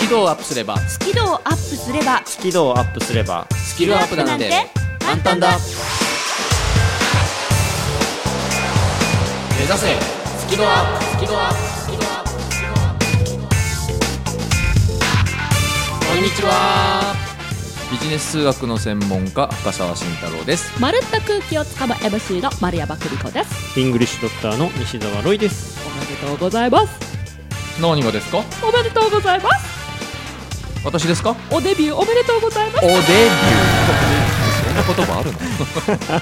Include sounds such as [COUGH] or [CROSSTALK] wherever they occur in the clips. キ度をアップすればスキルをアップすればスキルをアップすればスキルアップなんて簡単だ目指せスキルアップスキルアップスキルアップスキルアップこんにちはビジネス数学の専門家深澤慎太郎ですまるっと空気をつかむ MC の丸山久美子ですイングリッシュドクターの西澤ロイですおめでとうございます何がですかおめでとうございます私ですかおデビューおめでとうございまおすデビューそんな言葉ある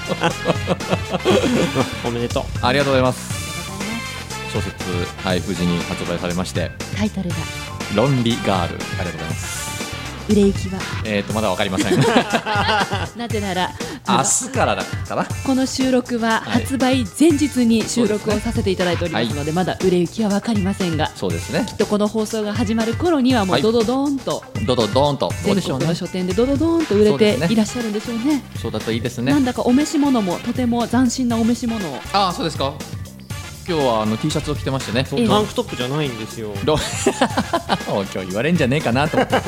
のおめでとうありがとうございます小説はい無事に発売されましてタイトルがロンリガールありがとうございます売れ行きはえっ、とまだわかりま [LAUGHS] せん明なぜならあの日からだったなこの収録ははい発売前日に収そう録ですをねさせていただいておりますのでまだ売れ行きは分かりませんがそうですねきっとこの放送が始まる頃にはもはいうドドドーンとどどどーんとどう全でしょう国ねの書店でドドドーンと売れそうですねていらっしゃるんでしょうねそうだといいですなねんだかお召し物もとても斬新なお召し物をああそうですか今日はあの T シャツを着てましてねそええうタンクトップじゃないんですよ [LAUGHS] ロもう今日言われんじゃねえかなと思って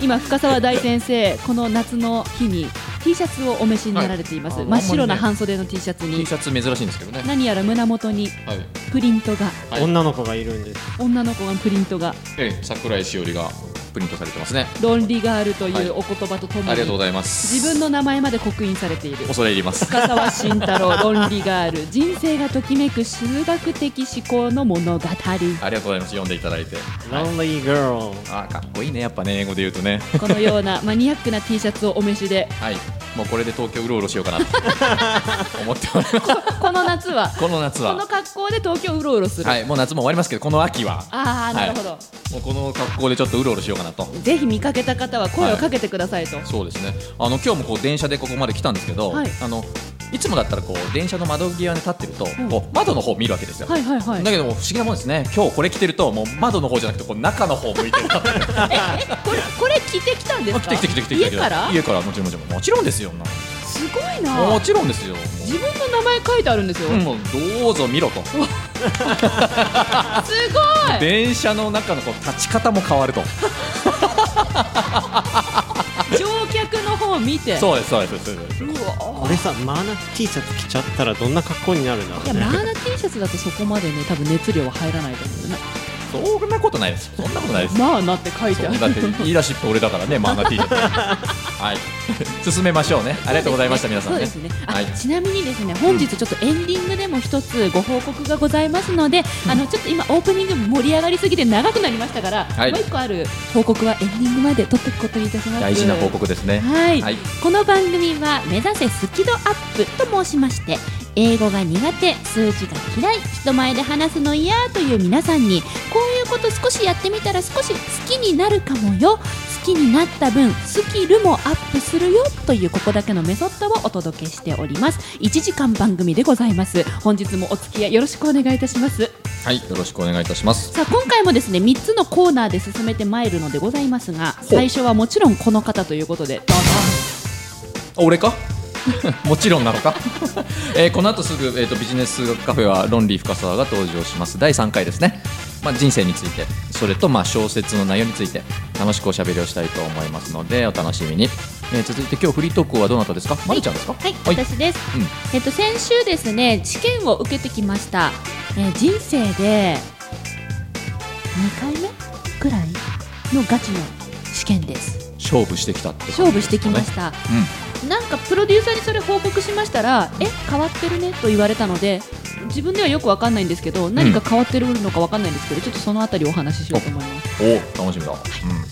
今深澤大先生この夏の日に T シャツをお召しになられています、はいあ真っ白なあんまりね半袖の T シャツ T にシャツ珍しいんですけどね何やら胸元にはいプリントがはい女の子がいるんです女の子のプリントがええ桜井しおりがプリントされてますねロンリガールとはいいうお言葉とともに、ありがとうございます自分の名前まで刻印されている恐れ入ります深澤慎太郎ロンリガール人生がときめく数学的思考の物語ありがとうございます読んでいただいてロンリーガールあーかっこいいねやっぱね英語で言うとねこのよ [LAUGHS] うなマニアックな T シャツをお召しではいもうこれで東京うろうろしようかな [LAUGHS] と思っておりますこの夏は [LAUGHS] この夏このは格好で東京うろうろする、はいもう夏も終わりますけどこの秋はああなるほど、もうこの格好でちょっとうろうろしようかなとぜひ見かけた方は声をかけてくださいと、そうですねあの今日もこう電車でここまで来たんですけど、はいあのいつもだったらこう電車の窓際に立ってると、んこう窓の方を見るわけですよ、はいはいはいだけども不思議なもんですね今日これ着てるともう窓の方じゃなくてこう中の方向いてるえこれこれ着てきたんですあか来て来て来て来て来て家から家からもちろんもちろんもちろんですよそんなすごいのもなちろんですよも自分の名前書いてあるんですよ、うもうどうぞ見ろとすごい電車の中のこう立ち方も変わると乗客の方を見てそうですそうですそうですそうですうわこれさマーナ T シャツ着ちゃったらどんな格好になるんだろいうやねマーナ T シャツだとそこまでね多分熱量は入らないと思うんだよそんなことないですそんなことないですねマーナって書いてそあうるだ [LAUGHS] って言い出しっぺ俺だからね漫画 T シャツはい [LAUGHS] 進めましょうねありがとうございました皆さんそうねですね。あ、はいちなみにですね、本日ちょっとエンディングでも一つご報告がございますので、あのちょっと今オープニング盛り上がりすぎて長くなりましたから、はいもう一個ある報告はエンディングまで取っていくことにいたします。大事な報。告ですねはい、はいこの番組は目指せスキドアップと申しまして英語が苦手数字が嫌い人前で話すの嫌という皆さんにこういうこと少しやってみたら少し好きになるかもよ好きになった分スキルもアップするよというここだけのメソッドをお届けしております1時間番組でございます本日もお付き合いよろしくお願いいたしますはいよろしくお願いいたしますさあ今回もですね3つのコーナーで進めてまいるのでございますが最初はもちろんこの方ということでどうぞ俺か [LAUGHS] もちろんなのか、 [LAUGHS] えーこの後すぐ、えー、とビジネス数学カフェはロンリー深澤が登場します第3回ですね、まあ、人生についてそれとまあ小説の内容について楽しくおしゃべりをしたいと思いますのでお楽しみに、えー続いて今日フリートークはどなたですかまるちゃんですかはい、はい私です、うんえっと先週ですね試験を受けてきました、えー人生で2回目くらいのガチの試験です勝負してきたって感じですかね、勝負してきました、うんなんかプロデューサーにそれ報告しましたらえ変わってるねと言われたので自分ではよくわかんないんですけど何か変わってるのかわかんないんですけど、ちょっとそのあたりお話ししようと思いますお楽しみだ、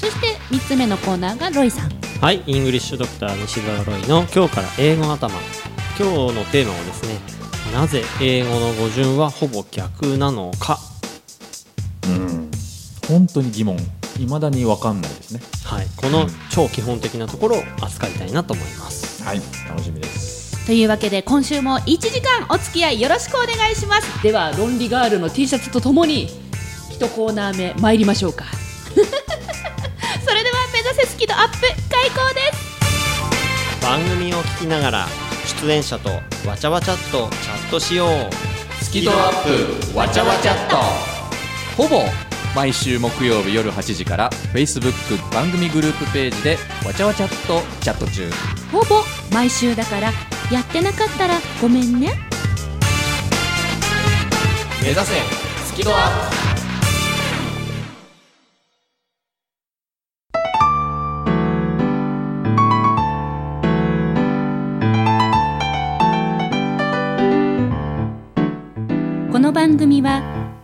そして3つ目のコーナーがロイさんはいイングリッシュドクター西澤ロイの今日から英語頭今日のテーマはですねなぜ英語の語順はほぼ逆なのかうん本当に疑問いまだに分かんないですねはいこの超基本的なところを扱いたいなと思いますはい楽しみですというわけで今週も1時間お付き合いよろしくお願いしますではロンリガールの T シャツとともに一コーナー目参りましょ [LAUGHS] うかそれでは目指せスキドアップ開講です番組を聞きながら出演者とわちゃわちゃっとチャットしようスキドアップわちゃわちゃっとほぼ毎週木曜日夜8時から Facebook 番組グループページでわちゃわちゃっとチャット中ほぼ毎週だからやってなかったらごめんね目指せスキドアこの番組は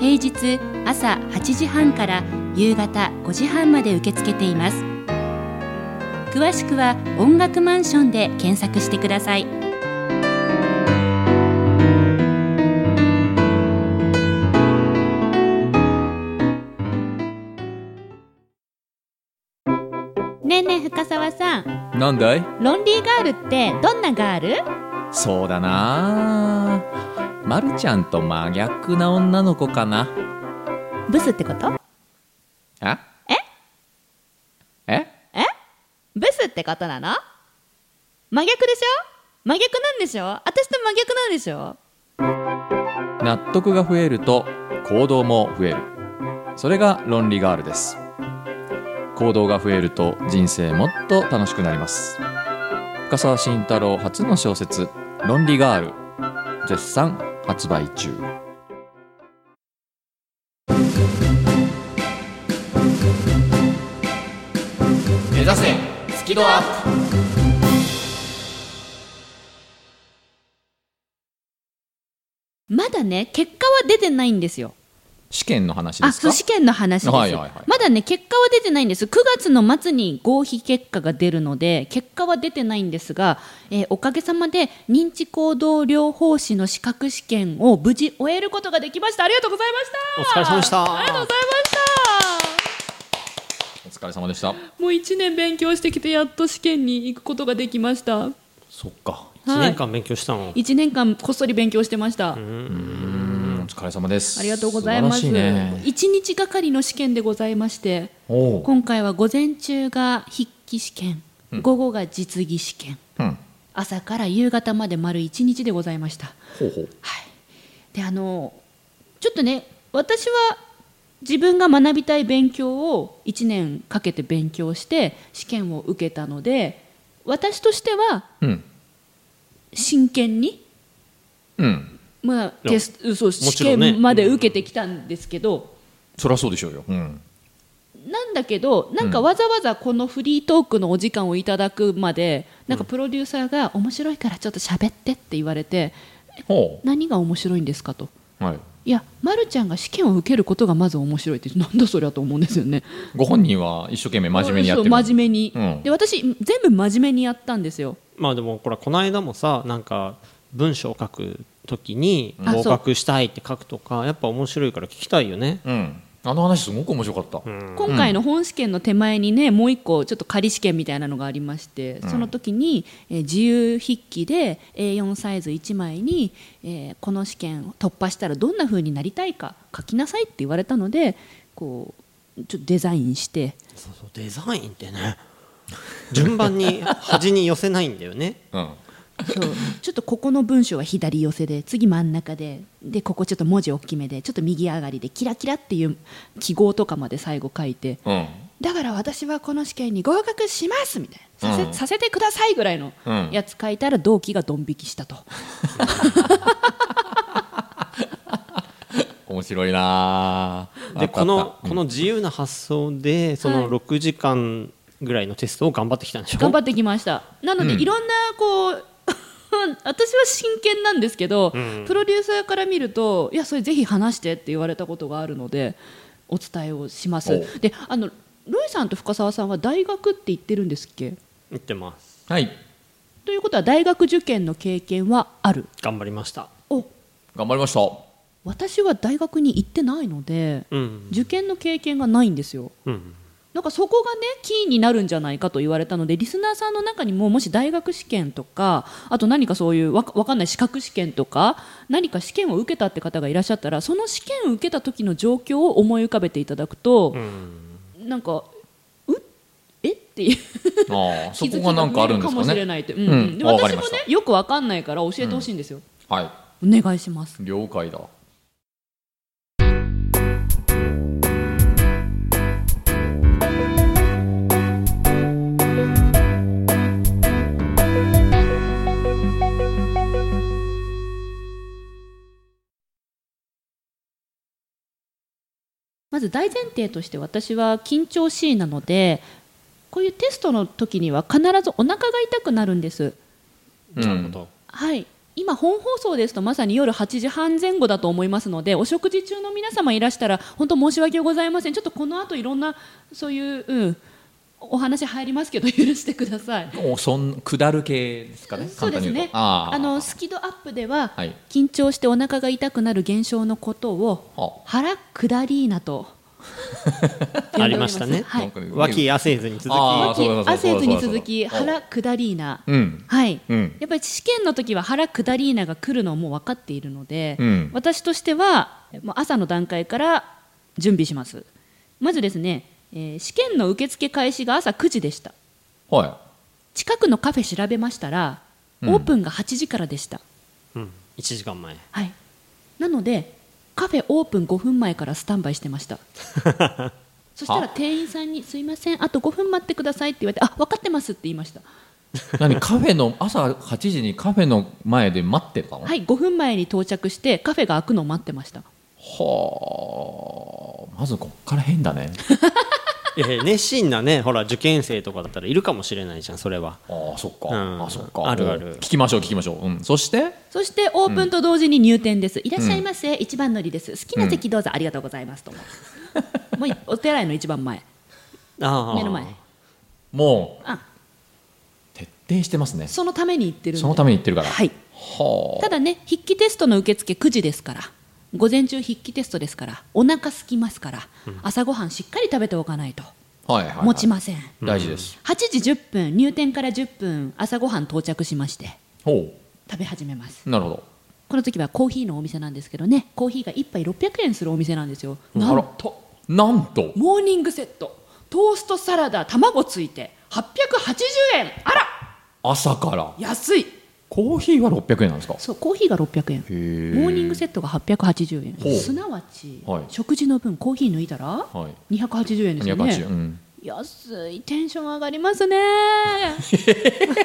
平日朝8時半から夕方5時半まで受け付けています詳しくは音楽マンションで検索してくださいねえねえ深澤さんなんだいロンリーガールってどんなガールそうだなまるちゃんと真逆な女の子かなブスってことあえええブスってことなの真逆でしょ真逆なんでしょ私と真逆なんでしょ納得が増えると行動も増えるそれが論理ガールです行動が増えると人生もっと楽しくなります深沢慎太郎初の小説「論理ガール」絶賛発売中目指せスキドアップまだね結果は出てないんですよ試験の話であすかそう試験の話です、はいはいはいまだね結果は出てないんです9月の末に合否結果が出るので結果は出てないんですが、えーおかげさまで認知行動療法士の資格試験を無事終えることができましたありがとうございましたお疲れ様でしたありがとうございましたお疲れ様でしたもう1年勉強してきてやっと試験に行くことができましたそっか1年間勉強したの、 1年間こっそり勉強してました、うんお疲れ様ですありがとうございます素晴らしいね1日がかりの試験でございましておう今回は午前中が筆記試験午後が実技試験うん朝から夕方まで丸1日でございましたほうほうはい、であのちょっとね私は自分が学びたい勉強を1年かけて勉強して試験を受けたので私としてはうん真剣に、うんまあ、テストそう試ちろんね験まで受けてきたんですけど、そりゃそうでしょうよ、うん、なんだけどなんかわざわざこのフリートークのお時間をいただくまで、なんかプロデューサーが面白いからちょっと喋ってって言われてほ何が面白いんですかと。うはいいや、ま、るちゃんが試験を受けることがまず面白いって [LAUGHS] なんだそりゃと思うんですよね。ご本人は一生懸命真面目にやってるそう真面目に、うんで私全部真面目にやったんですよ。まあでもこれこの間もさなんか文章を書くときにあ合格したいって書くとかやっぱ面白いから聞きたいよねうんあの話すごく面白かった、今回の本試験の手前にねもう一個ちょっと仮試験みたいなのがありまして、その時に、えー自由筆記で A4 サイズ1枚に、えーこの試験を突破したらどんな風になりたいか書きなさいって言われたのでこうちょっとデザインしてそうそうデザインってね順番に端に寄せないんだよね [LAUGHS] うんそうちょっとここの文章は左寄せで次真ん中ででここちょっと文字大きめでちょっと右上がりでキラキラっていう記号とかまで最後書いてうんだから私はこの試験に合格しますみたいなさせ,、うんさせてくださいぐらいのうんやつ書いたら同期がドン引きしたと、面白いなあでよかっこたのこの自由な発想でそはいの6時間ぐらいのテストを頑張ってきたんでしょ頑張ってきましたなので、うんいろんなこう [LAUGHS] 私は真剣なんですけど、プロデューサーから見るといやそれぜひ話してって言われたことがあるのでお伝えをしまおうすであのロイさんと深澤さんは大学って言ってるんですっけ言ってますはいということは大学受験の経験はある頑張りましたお頑張りました私は大学に行ってないのでうん受験の経験がないんですようんなんかそこがねキーになるんじゃないかと言われたのでリスナーさんの中にももし大学試験とかあと何かそういうわかわかんない資格試験とか何か試験を受けたって方がいらっしゃったらその試験を受けた時の状況を思い浮かべていただくとう、んなんかうえっていう [LAUGHS] ああそ気づこきがなんかあるんでかすもかしれねないって、うんうんでわかり私まもしたねよくわかんないから教えてほしいんですよ、はいお願いします了解だまず大前提として私は緊張しいなのでこういうテストの時には必ずお腹が痛くなるんですうんなるほどはい今本放送ですとまさに夜8時半前後だと思いますのでお食事中の皆様いらしたら本当申し訳ございませんちょっとこの後いろんなそういう、うん、お話入りますけど許してくださいおそん下る系ですかねそう簡です単に言ねうとあああのスキドアップでははい緊張してお腹が痛くなる現象のことをあ腹下りーなと [LAUGHS] ありましたねはなんいかね脇汗ずに続きあーそうだそうだアセーズに続きそうだそうだ腹下りーなうんはいうんやっぱり試験の時は腹下りーなが来るのはもう分かっているので、うん私としてはもう朝の段階から準備しますまずですね、えー試験の受付開始が朝9時でしたは近くのカフェ調べましたらオうんープンが8時からでした、うん1時間前はいなのでカフェオープン5分前からスタンバイしてました [LAUGHS] そしたら店員さんに「すいませんあと5分待ってください」って言われて「あ分かってます」って言いましたい何カフェの朝8時にカフェの前で待ってたのはい5分前に到着してカフェが開くのを待ってましたはあまずこっから変だ [LAUGHS] ねいやいや熱心なねほら受験生とかだったらいるかもしれないじゃんそれはああそっか、うんあそっかあるある聞きましょう聞きましょう、うん、そしてそしてオープンと同時に入店です、いらっしゃいませ、一番乗りです好きな席どうぞ、ありがとうございますとももういお手洗いの一番前ああ目の前もうあ徹底してますねそのために行ってるんでそのために言ってるからはいはあただね筆記テストの受付9時ですから午前中筆記テストですからお腹空きますから、朝ごはんしっかり食べておかないとはいはいはい持ちません、大事です、 8時10分入店から10分朝ごはん到着しましてほ食べ始めますうなるほどこの時はコーヒーのお店なんですけどねコーヒーが1杯600円するお店なんですよなあんらとなんとモーニングセットトーストサラダ卵ついて880円あら朝から安いコーヒーは600円なんですかそうコーヒーが600円へモーニングセットが880ほう円すなわち、はい食事の分コーヒー抜いたらはい280円ですよ280、ねうん、安いテンション上がりま [LAUGHS] すねテンション上がるよね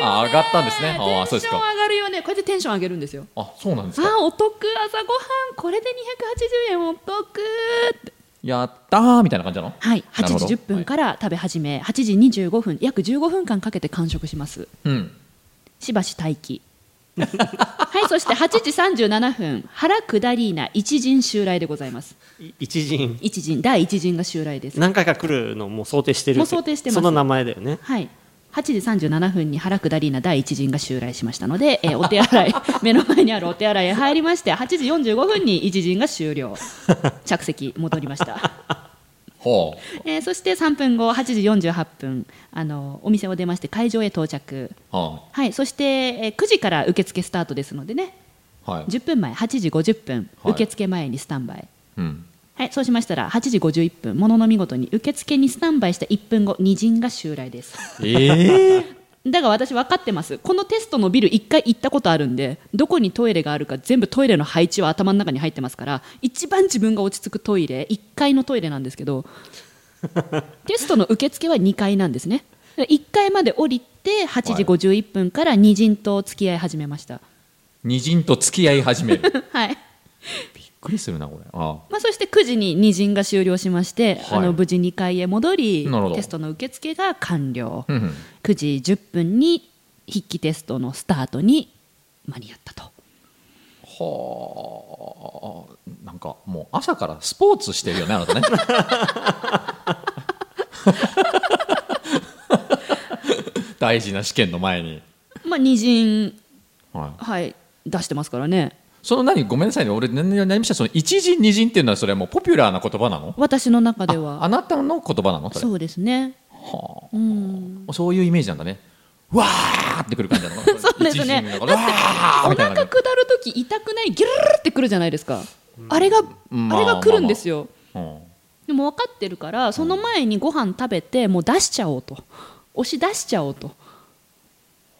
あ上がったんですねあテンそうでシすョンか上がるよねこれでテンション上げるんですよあそうなんですかあお得朝ごはんこれで280円お得ってやったーみたいな感じなのはい、なる8ほど時10分から食べ始め、8時25分約15分間かけて完食しますうんしばし [LAUGHS] 待機はいそして8時37分腹下りーな一陣襲来でございますい一陣一陣第一陣が襲来です何回か来るのも想定してるもう想定してますその名前だよねはい8時37分に腹下りーな第一陣が襲来しましたの [LAUGHS] で、えーお手洗い目の前にあるお手洗いへ入りまして8時45分に一陣が終 [LAUGHS] 了着席戻りましたほえーそして3分後8時48分あのお店を出まして会場へ到着うははいそして、えー9時から受付スタートですのでねいはい10分前8時50分、はい受付前にスタンバイうんはいそうしましたら8時51分ものの見事に受付にスタンバイした1分後二陣が襲来です [LAUGHS] ええだが私分かってますこのテストのビル1回行ったことあるんでどこにトイレがあるか全部トイレの配置は頭の中に入ってますから一番自分が落ち着くトイレ1階のトイレなんですけ [LAUGHS] どテストの受付は2階なんですね1階まで降りて8時51分から二陣と付き合い始めました、 [LAUGHS] 二人と付き合い始めるびっはいくりするなこれあまあ、そして9時に二陣が終了しまして、はいあの無事2階へ戻りなるほどテストの受付が完了、うんうん9時10分に筆記テストのスタートに間に合ったとはあなんかもう朝からスポーツしてるよねあなたね大事な試験の前に、まあ二陣ははい出してますからねい、その何ごめんなさいね俺何何ましたその一陣二陣っていうのはそれはもうポピュラーな言葉なの私の中であはなたの言葉なのそれそうですねはうんあ、そういうイメージなんだねわーってくる感じなの [LAUGHS] そうですね一陣なんかわーおみたいな腹感下るとき痛くないギュルルルってくるじゃないですかあれがんあれが来るんですよじうんでも分かってるからその前にご飯食べてもう出しちゃおうと押し出しちゃおうと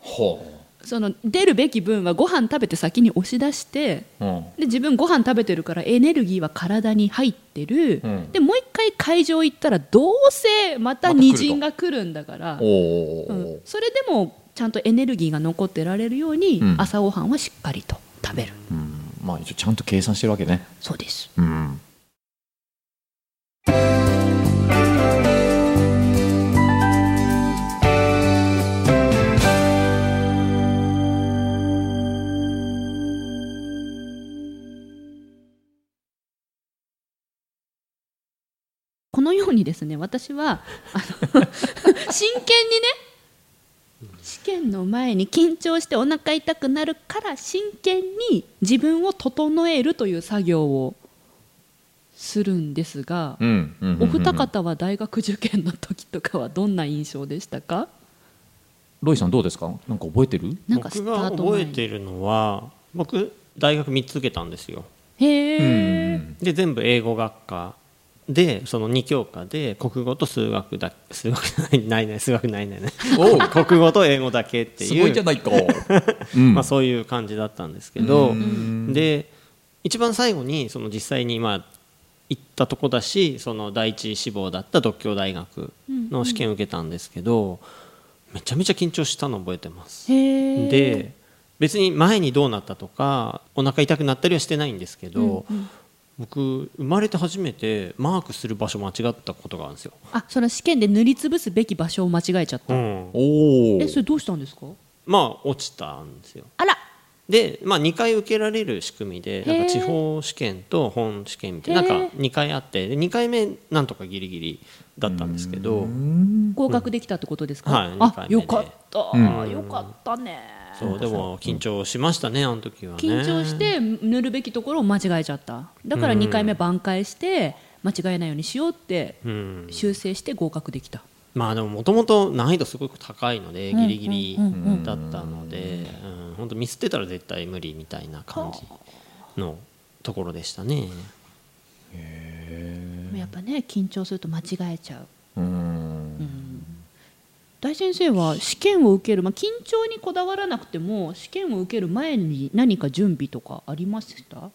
ほその出るべき分はご飯食べて先に押し出してううんで自分ご飯食べてるからエネルギーは体に入ってる、うんでもう一回会場行ったらどうせままたた来ると虹が来るんだから、おーうんそれでもちゃんとエネルギーが残ってられるように、うん朝ごはんはしっかりと食べるうんまあ一応ちゃんと計算してるわけねそうですうんこのようにですね私はあ [LAUGHS] の真剣にね試験の前に緊張してお腹痛くなるから真剣に自分を整えるという作業をするんですが、うんうんうんうんお二方は大学受験の時とかはどんな印象でしたかロイさんどうですかなんか覚えてるなんかス僕タがート覚前えにてるのは僕大学3つ受けたんですよへえ、で全部英語学科でその2教科で国語と数学だ数学じゃないないない数学ないない [LAUGHS] ないおう国語と英語だけっていうすごいじゃないか、うんまあ、そういう感じだったんですけどうんで一番最後にその実際にまあ行ったとこだしその第一志望だった独協大学の試験を受けたんですけどめちゃめちゃ緊張したの覚えてます。へえで別に前にどうなったとかお腹痛くなったりはしてないんですけど、僕生まれて初めてマークする場所間違ったことがあるんですよ。あその試験で塗りつぶすべき場所を間違えちゃった、おおえそれどうしたんですかまあ落ちたんですよ。あらで、まあ、2回受けられる仕組みでへーなんか地方試験と本試験みたいなへなーんか2回あってで2回目なんとかギリギリだったんですけど合格できたってことですか、うんはい二あ回目でよかった、うよかったねそうでも緊張しましたねあの時はね緊張して塗るべきところを間違えちゃっただから2回目挽回して間違えないようにしようってうん修正して合格できた、まあでももともと難易度すごく高いのでギリギリうんだったのでうん本当ミスってたら絶対無理みたいな感じのところでしたねでもやっぱね緊張すると間違えちゃううん大先生は試験を受ける、まあ、緊張にこだわらなくても試験を受ける前に何か準備とかありました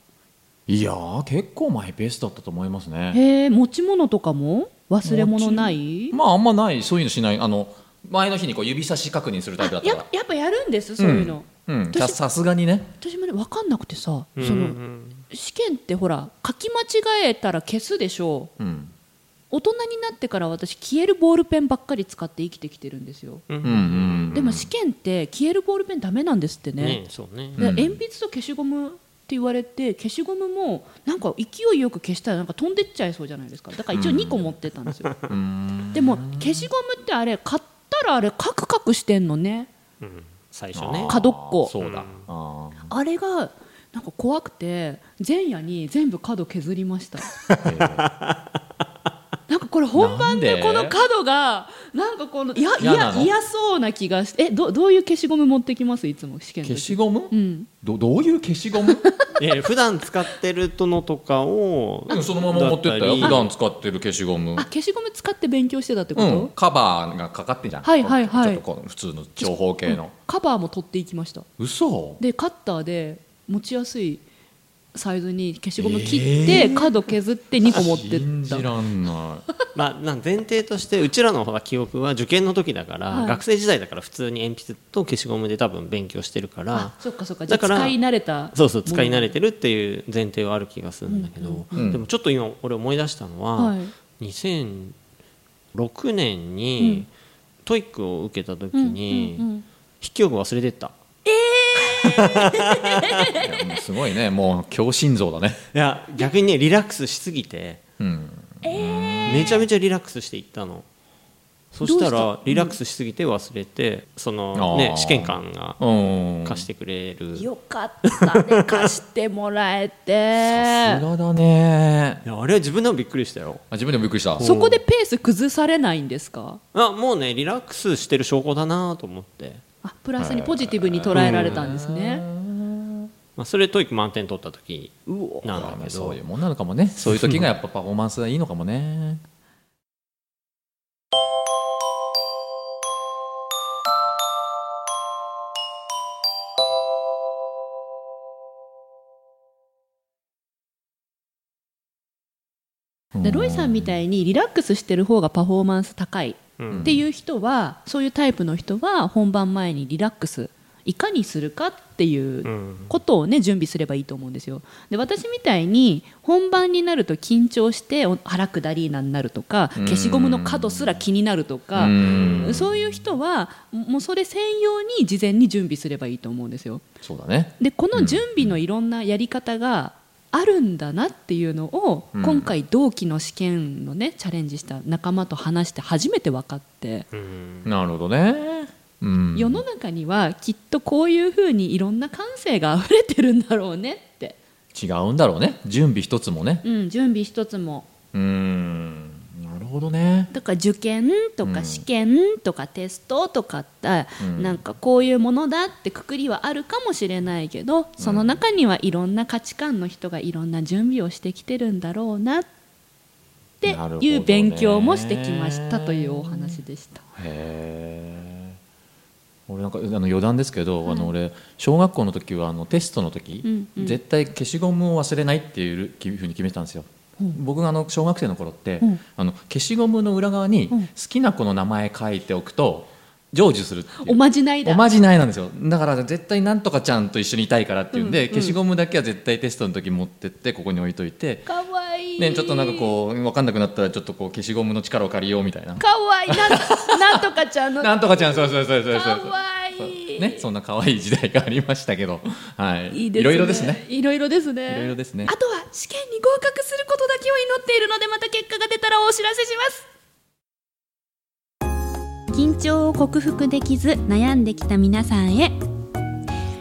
いやー結構マイペースだったと思いますねへえ持ち物とかも忘れ物ないまああんまないそういうのしないあの前の日にこう指差し確認するタイプだあったやからやっぱやるんですそういうの、うんうん私ささすがにね私もね分かんなくてさ、うんその試験ってほら書き間違えたら消すでしょううん大人になってから私消えるボールペンばっかり使って生きてきてるんですよ、うんうんうんでも試験って消えるボールペンダメなんですってねねそうねでうん鉛筆と消しゴムって言われて消しゴムもなんか勢いよく消したらなんか飛んでっちゃいそうじゃないですかだから一応2個持ってたんですよ、うんでも消しゴムってあれ買ったらあれカクカクしてんのねうん最初ねあー角っこそうだうんああれがなんか怖くて前夜に全部角削りましたーなんかこれ本番なんででこの角がなんかこのいやい嫌なやの嫌そうな気がしてえどどういう消しゴム持ってきますいつも試験の消時しゴムうんどどういう消しゴ [LAUGHS] ムいや普段使ってるとのとかをうんそのまま持ってったよだ普り段使ってる消しゴムあ消しゴム使って勉強してたってこうと、ん、カバーがかかってんじゃん、はいはいはちょいっとこう普通の長方形の、カバーも取っていきました嘘でカッターで持ちやすいサイズに消しゴム切って、角削って2個持って信ったじらんないまあ、なん前提としてうちらのほら記憶は受験の時だから、はい学生時代だから普通に鉛筆と消しゴムで多分勉強してるからあそっかそっかじゃあだから使い慣れたそうそう使い慣れれてるっていう前提はある気がするんだけど、うんうんでもちょっと今俺思い出したのは、はい2006年にトイックを受けた時に、うんうんうん筆記用具忘れてったいやもうすごいねもう強心臓だね、いや逆にねリラックスしすぎてうん、めちゃめちゃリラックスしていったのそしどたうらリラックスしすぎて忘れてそのあねー試験官がうん貸してくれるいよかったね貸してもら [LAUGHS] えさすてがだねやあれは自分でもびっくりしたよあ自分でもびっくりしたそこでペース崩されないんですかあもうねリラックスしてる証拠だなと思って、あプラスにポジティブに捉えられたんですねまあ、それトイック満点取った時うおなんまだあけそういうどもんなのかもねそういう時がやっぱパフォーマンスがいいのかもねでロイさんみたいにリラックスしてる方がパフォーマンス高いっうんていう人は、そういうタイプの人は本番前にリラックスいかにするかっていううんことをね準備すればいいと思うんですよで私みたいに本番になると緊張してお腹下りなんになるとかうん消しゴムの角すら気になるとかうんそういう人はもうそれ専用に事前に準備すればいいと思うんですよそうだねでこの準備のいろんなやり方があるんだなっていうのを、うん今回同期の試験のねチャレンジした仲間と話して初めて分かって、うんなるほどねうん世の中にはきっとこういうふうにいろんな感性が溢れてるんだろうねって、違うんだろうね準備一つもねうん、準備一つもうんなるほどねだから受験とうかん試験とかテストとかって、うんなんかこういうものだってくくりはあるかもしれないけどその中にはいろんな価値観の人がいろんな準備をしてきてるんだろうなってなるほどいねう勉強もしてきましたというお話でした。へえ俺なんかあの余談ですけど、あの俺小学校の時はあのテストの時、うんうん絶対消しゴムを忘れないっていうふうに決めてたんですよ、うん僕があの小学生の頃って、うんあの消しゴムの裏側にうん好きな子の名前書いておくと成就するっていうおまじないだおまじないなんですよだから絶対なんとかちゃんと一緒にいたいからっていうんで、うんうん消しゴムだけは絶対テストの時持ってってここに置いといて、かわいいね、ちょっとなんかこう分かんなくなったらちょっとこう消しゴムの力を借りようみたいなかわいいなん [LAUGHS] なんとかちゃんのなんとかちゃんそうそうそうそうそうかわいいね、そんな可愛い時代がありましたけ [LAUGHS] ど、はい、いいですねろいろですね。 [LAUGHS] いろいろですね。いろいろですねあとは試験に合格することだけを祈っているので、また結果が出たらお知らせします。緊張を克服できず悩んできた皆さんへ。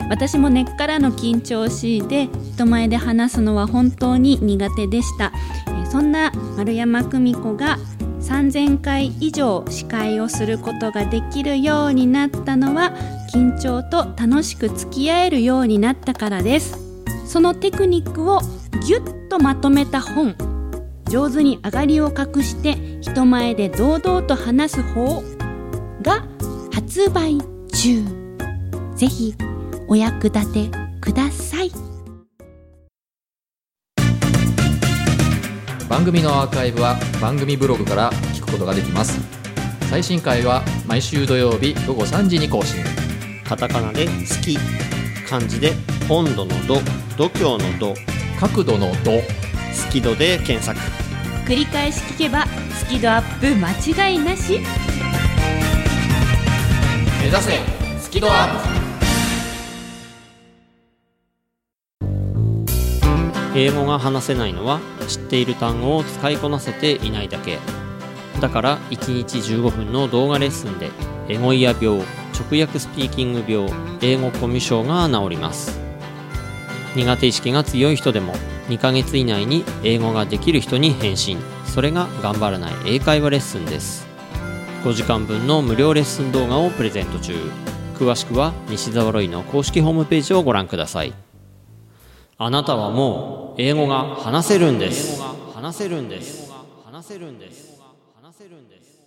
私も根っからの緊張を強いて人前で話すのは本当に苦手でしたえーそんな丸山久美子が3000回以上司会をすることができるようになったのは緊張と楽しく付き合えるようになったからですそのテクニックをぎゅっとまとめた本上手に上がりを隠して人前で堂々と話す方が発売中ぜひお役立てください番組のアーカイブは番組ブログから聞くことができます。最新回は毎週土曜日午後3時に更新。カタカナで「好き」漢字で「温度の度」「度胸の度」角度の度、 「好き度」で検索繰り返し聞けばスキドアップ間違いなし目指せスキドアップ。英語が話せないのは知っている単語を使いこなせていないだけだから1日15分の動画レッスンでエゴイヤ病直訳スピーキング病英語コミュ障が治ります苦手意識が強い人でも2ヶ月以内に英語ができる人に返信それが頑張らない英会話レッスンです5時間分の無料レッスン動画をプレゼント中詳しくは西澤ロイの公式ホームページをご覧くださいあなたはもう英語が話せるんです。英語が話せるんです。話せるんです。話せるんです。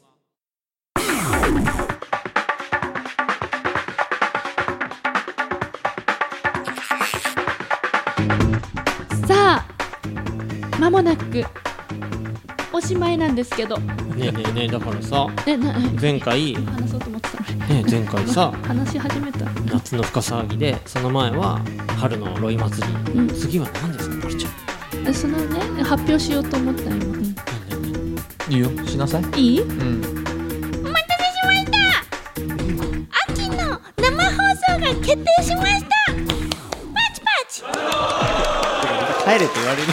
さあまもなくおしまいなんですけどねえねえねえだからさ、えな前回ね話そうと思ってたのえ前回にさ、話し始めた夏の深騒ぎでその前は春のロイ祭り。うん次は何ですかこれちゃん。えそのね発表しようと思ったのうん何何いいよ、しなさい。いいうん。秋の生放送が決定しましたパチパチ何帰れって言われるよ。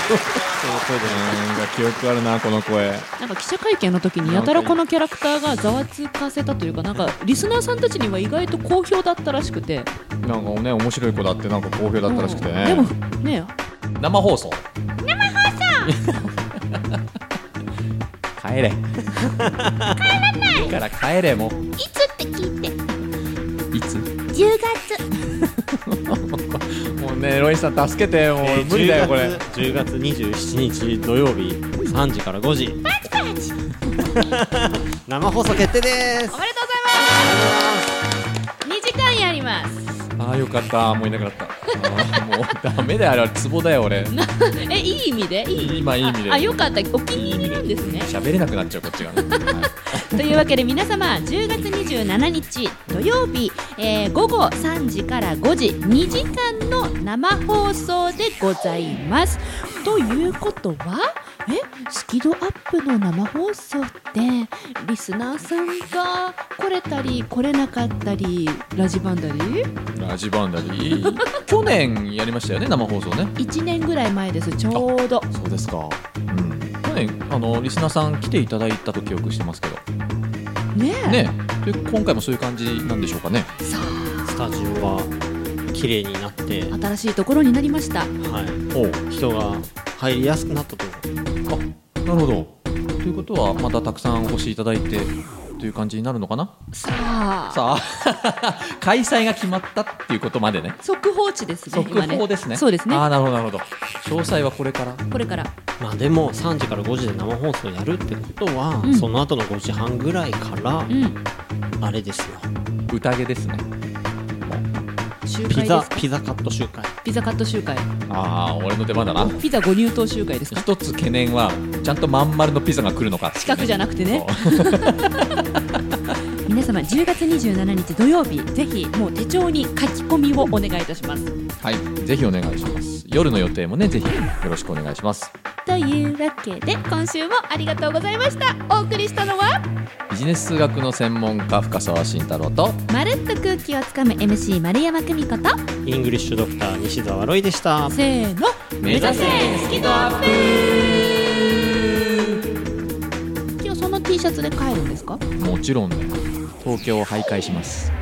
声でねなんか記憶あるなこの声なんか記者会見の時にやたらこのキャラクターがざわつかせたというかなんかリスナーさんたちには意外と好評だったらしくてなんかね面白い子だってなんか好評だったらしくてね、うんでもね生放送生放送帰れ帰れないいから帰れもいつって聞いてういつ10月もうねロイさん助けてもう [LAUGHS] えー無理だよこれ10月10月27日土曜日3時から5時おめでとうございま生放送決定ですす2時間やりますああよかったもういなくなったあー [LAUGHS] もうダメだよあれはツボだよ俺えいい意味でいい今いい意味であよかったお気に入りなんですね喋れなくなっちゃうこ [LAUGHS] っちが、はいというわけで皆様10月27日土曜日、えー午後3時から5時2時間の生放送でございます。ということはえスキドアップの生放送ってリスナーさんが来れたり来れなかったりラジバンダリーラジバンダリー去年やりましたよね生放送ね1年ぐらい前ですちょうどそうですかうん去年あのリスナーさん来ていただいたと記憶してますけどねえねで今回もそういう感じなんでしょうかねさスタジオは綺麗になって、あ新しいところになりましたはおうい、人が入りやすくなったと思うあなるほどということはまたたくさんお越しいただいてという感じになるのかなさあさあ [LAUGHS] 開催が決まったっていうことまでね速報値ですね速今報ですねそうですねああなるほどなるほど詳細はこれからこれからまあでも3時から5時で生放送やるってことは、うんその後の5時半ぐらいからうんあれですよ宴ですね集ピ会ですザかピザカット集会ピザカット集会ああ俺の出番だなピザご入党集会ですか一つ懸念はちゃんとまん丸のピザが来るのか四角じゃなくてねそう皆様10月27日土曜日ぜひもう手帳に書き込みをお願いいたしますはい、ぜひお願いします。夜の予定もね、ぜひよろしくお願いします。というわけで今週もありがとうございましたお送りしたのはビジネス数学の専門家深澤慎太郎と、まるっと空気をつかむ MC 丸山久美子とイングリッシュドクター西澤ロイでしたせーの目指せスキドアップ今日その T シャツで帰るんですかもちろんね、東京を徘徊します。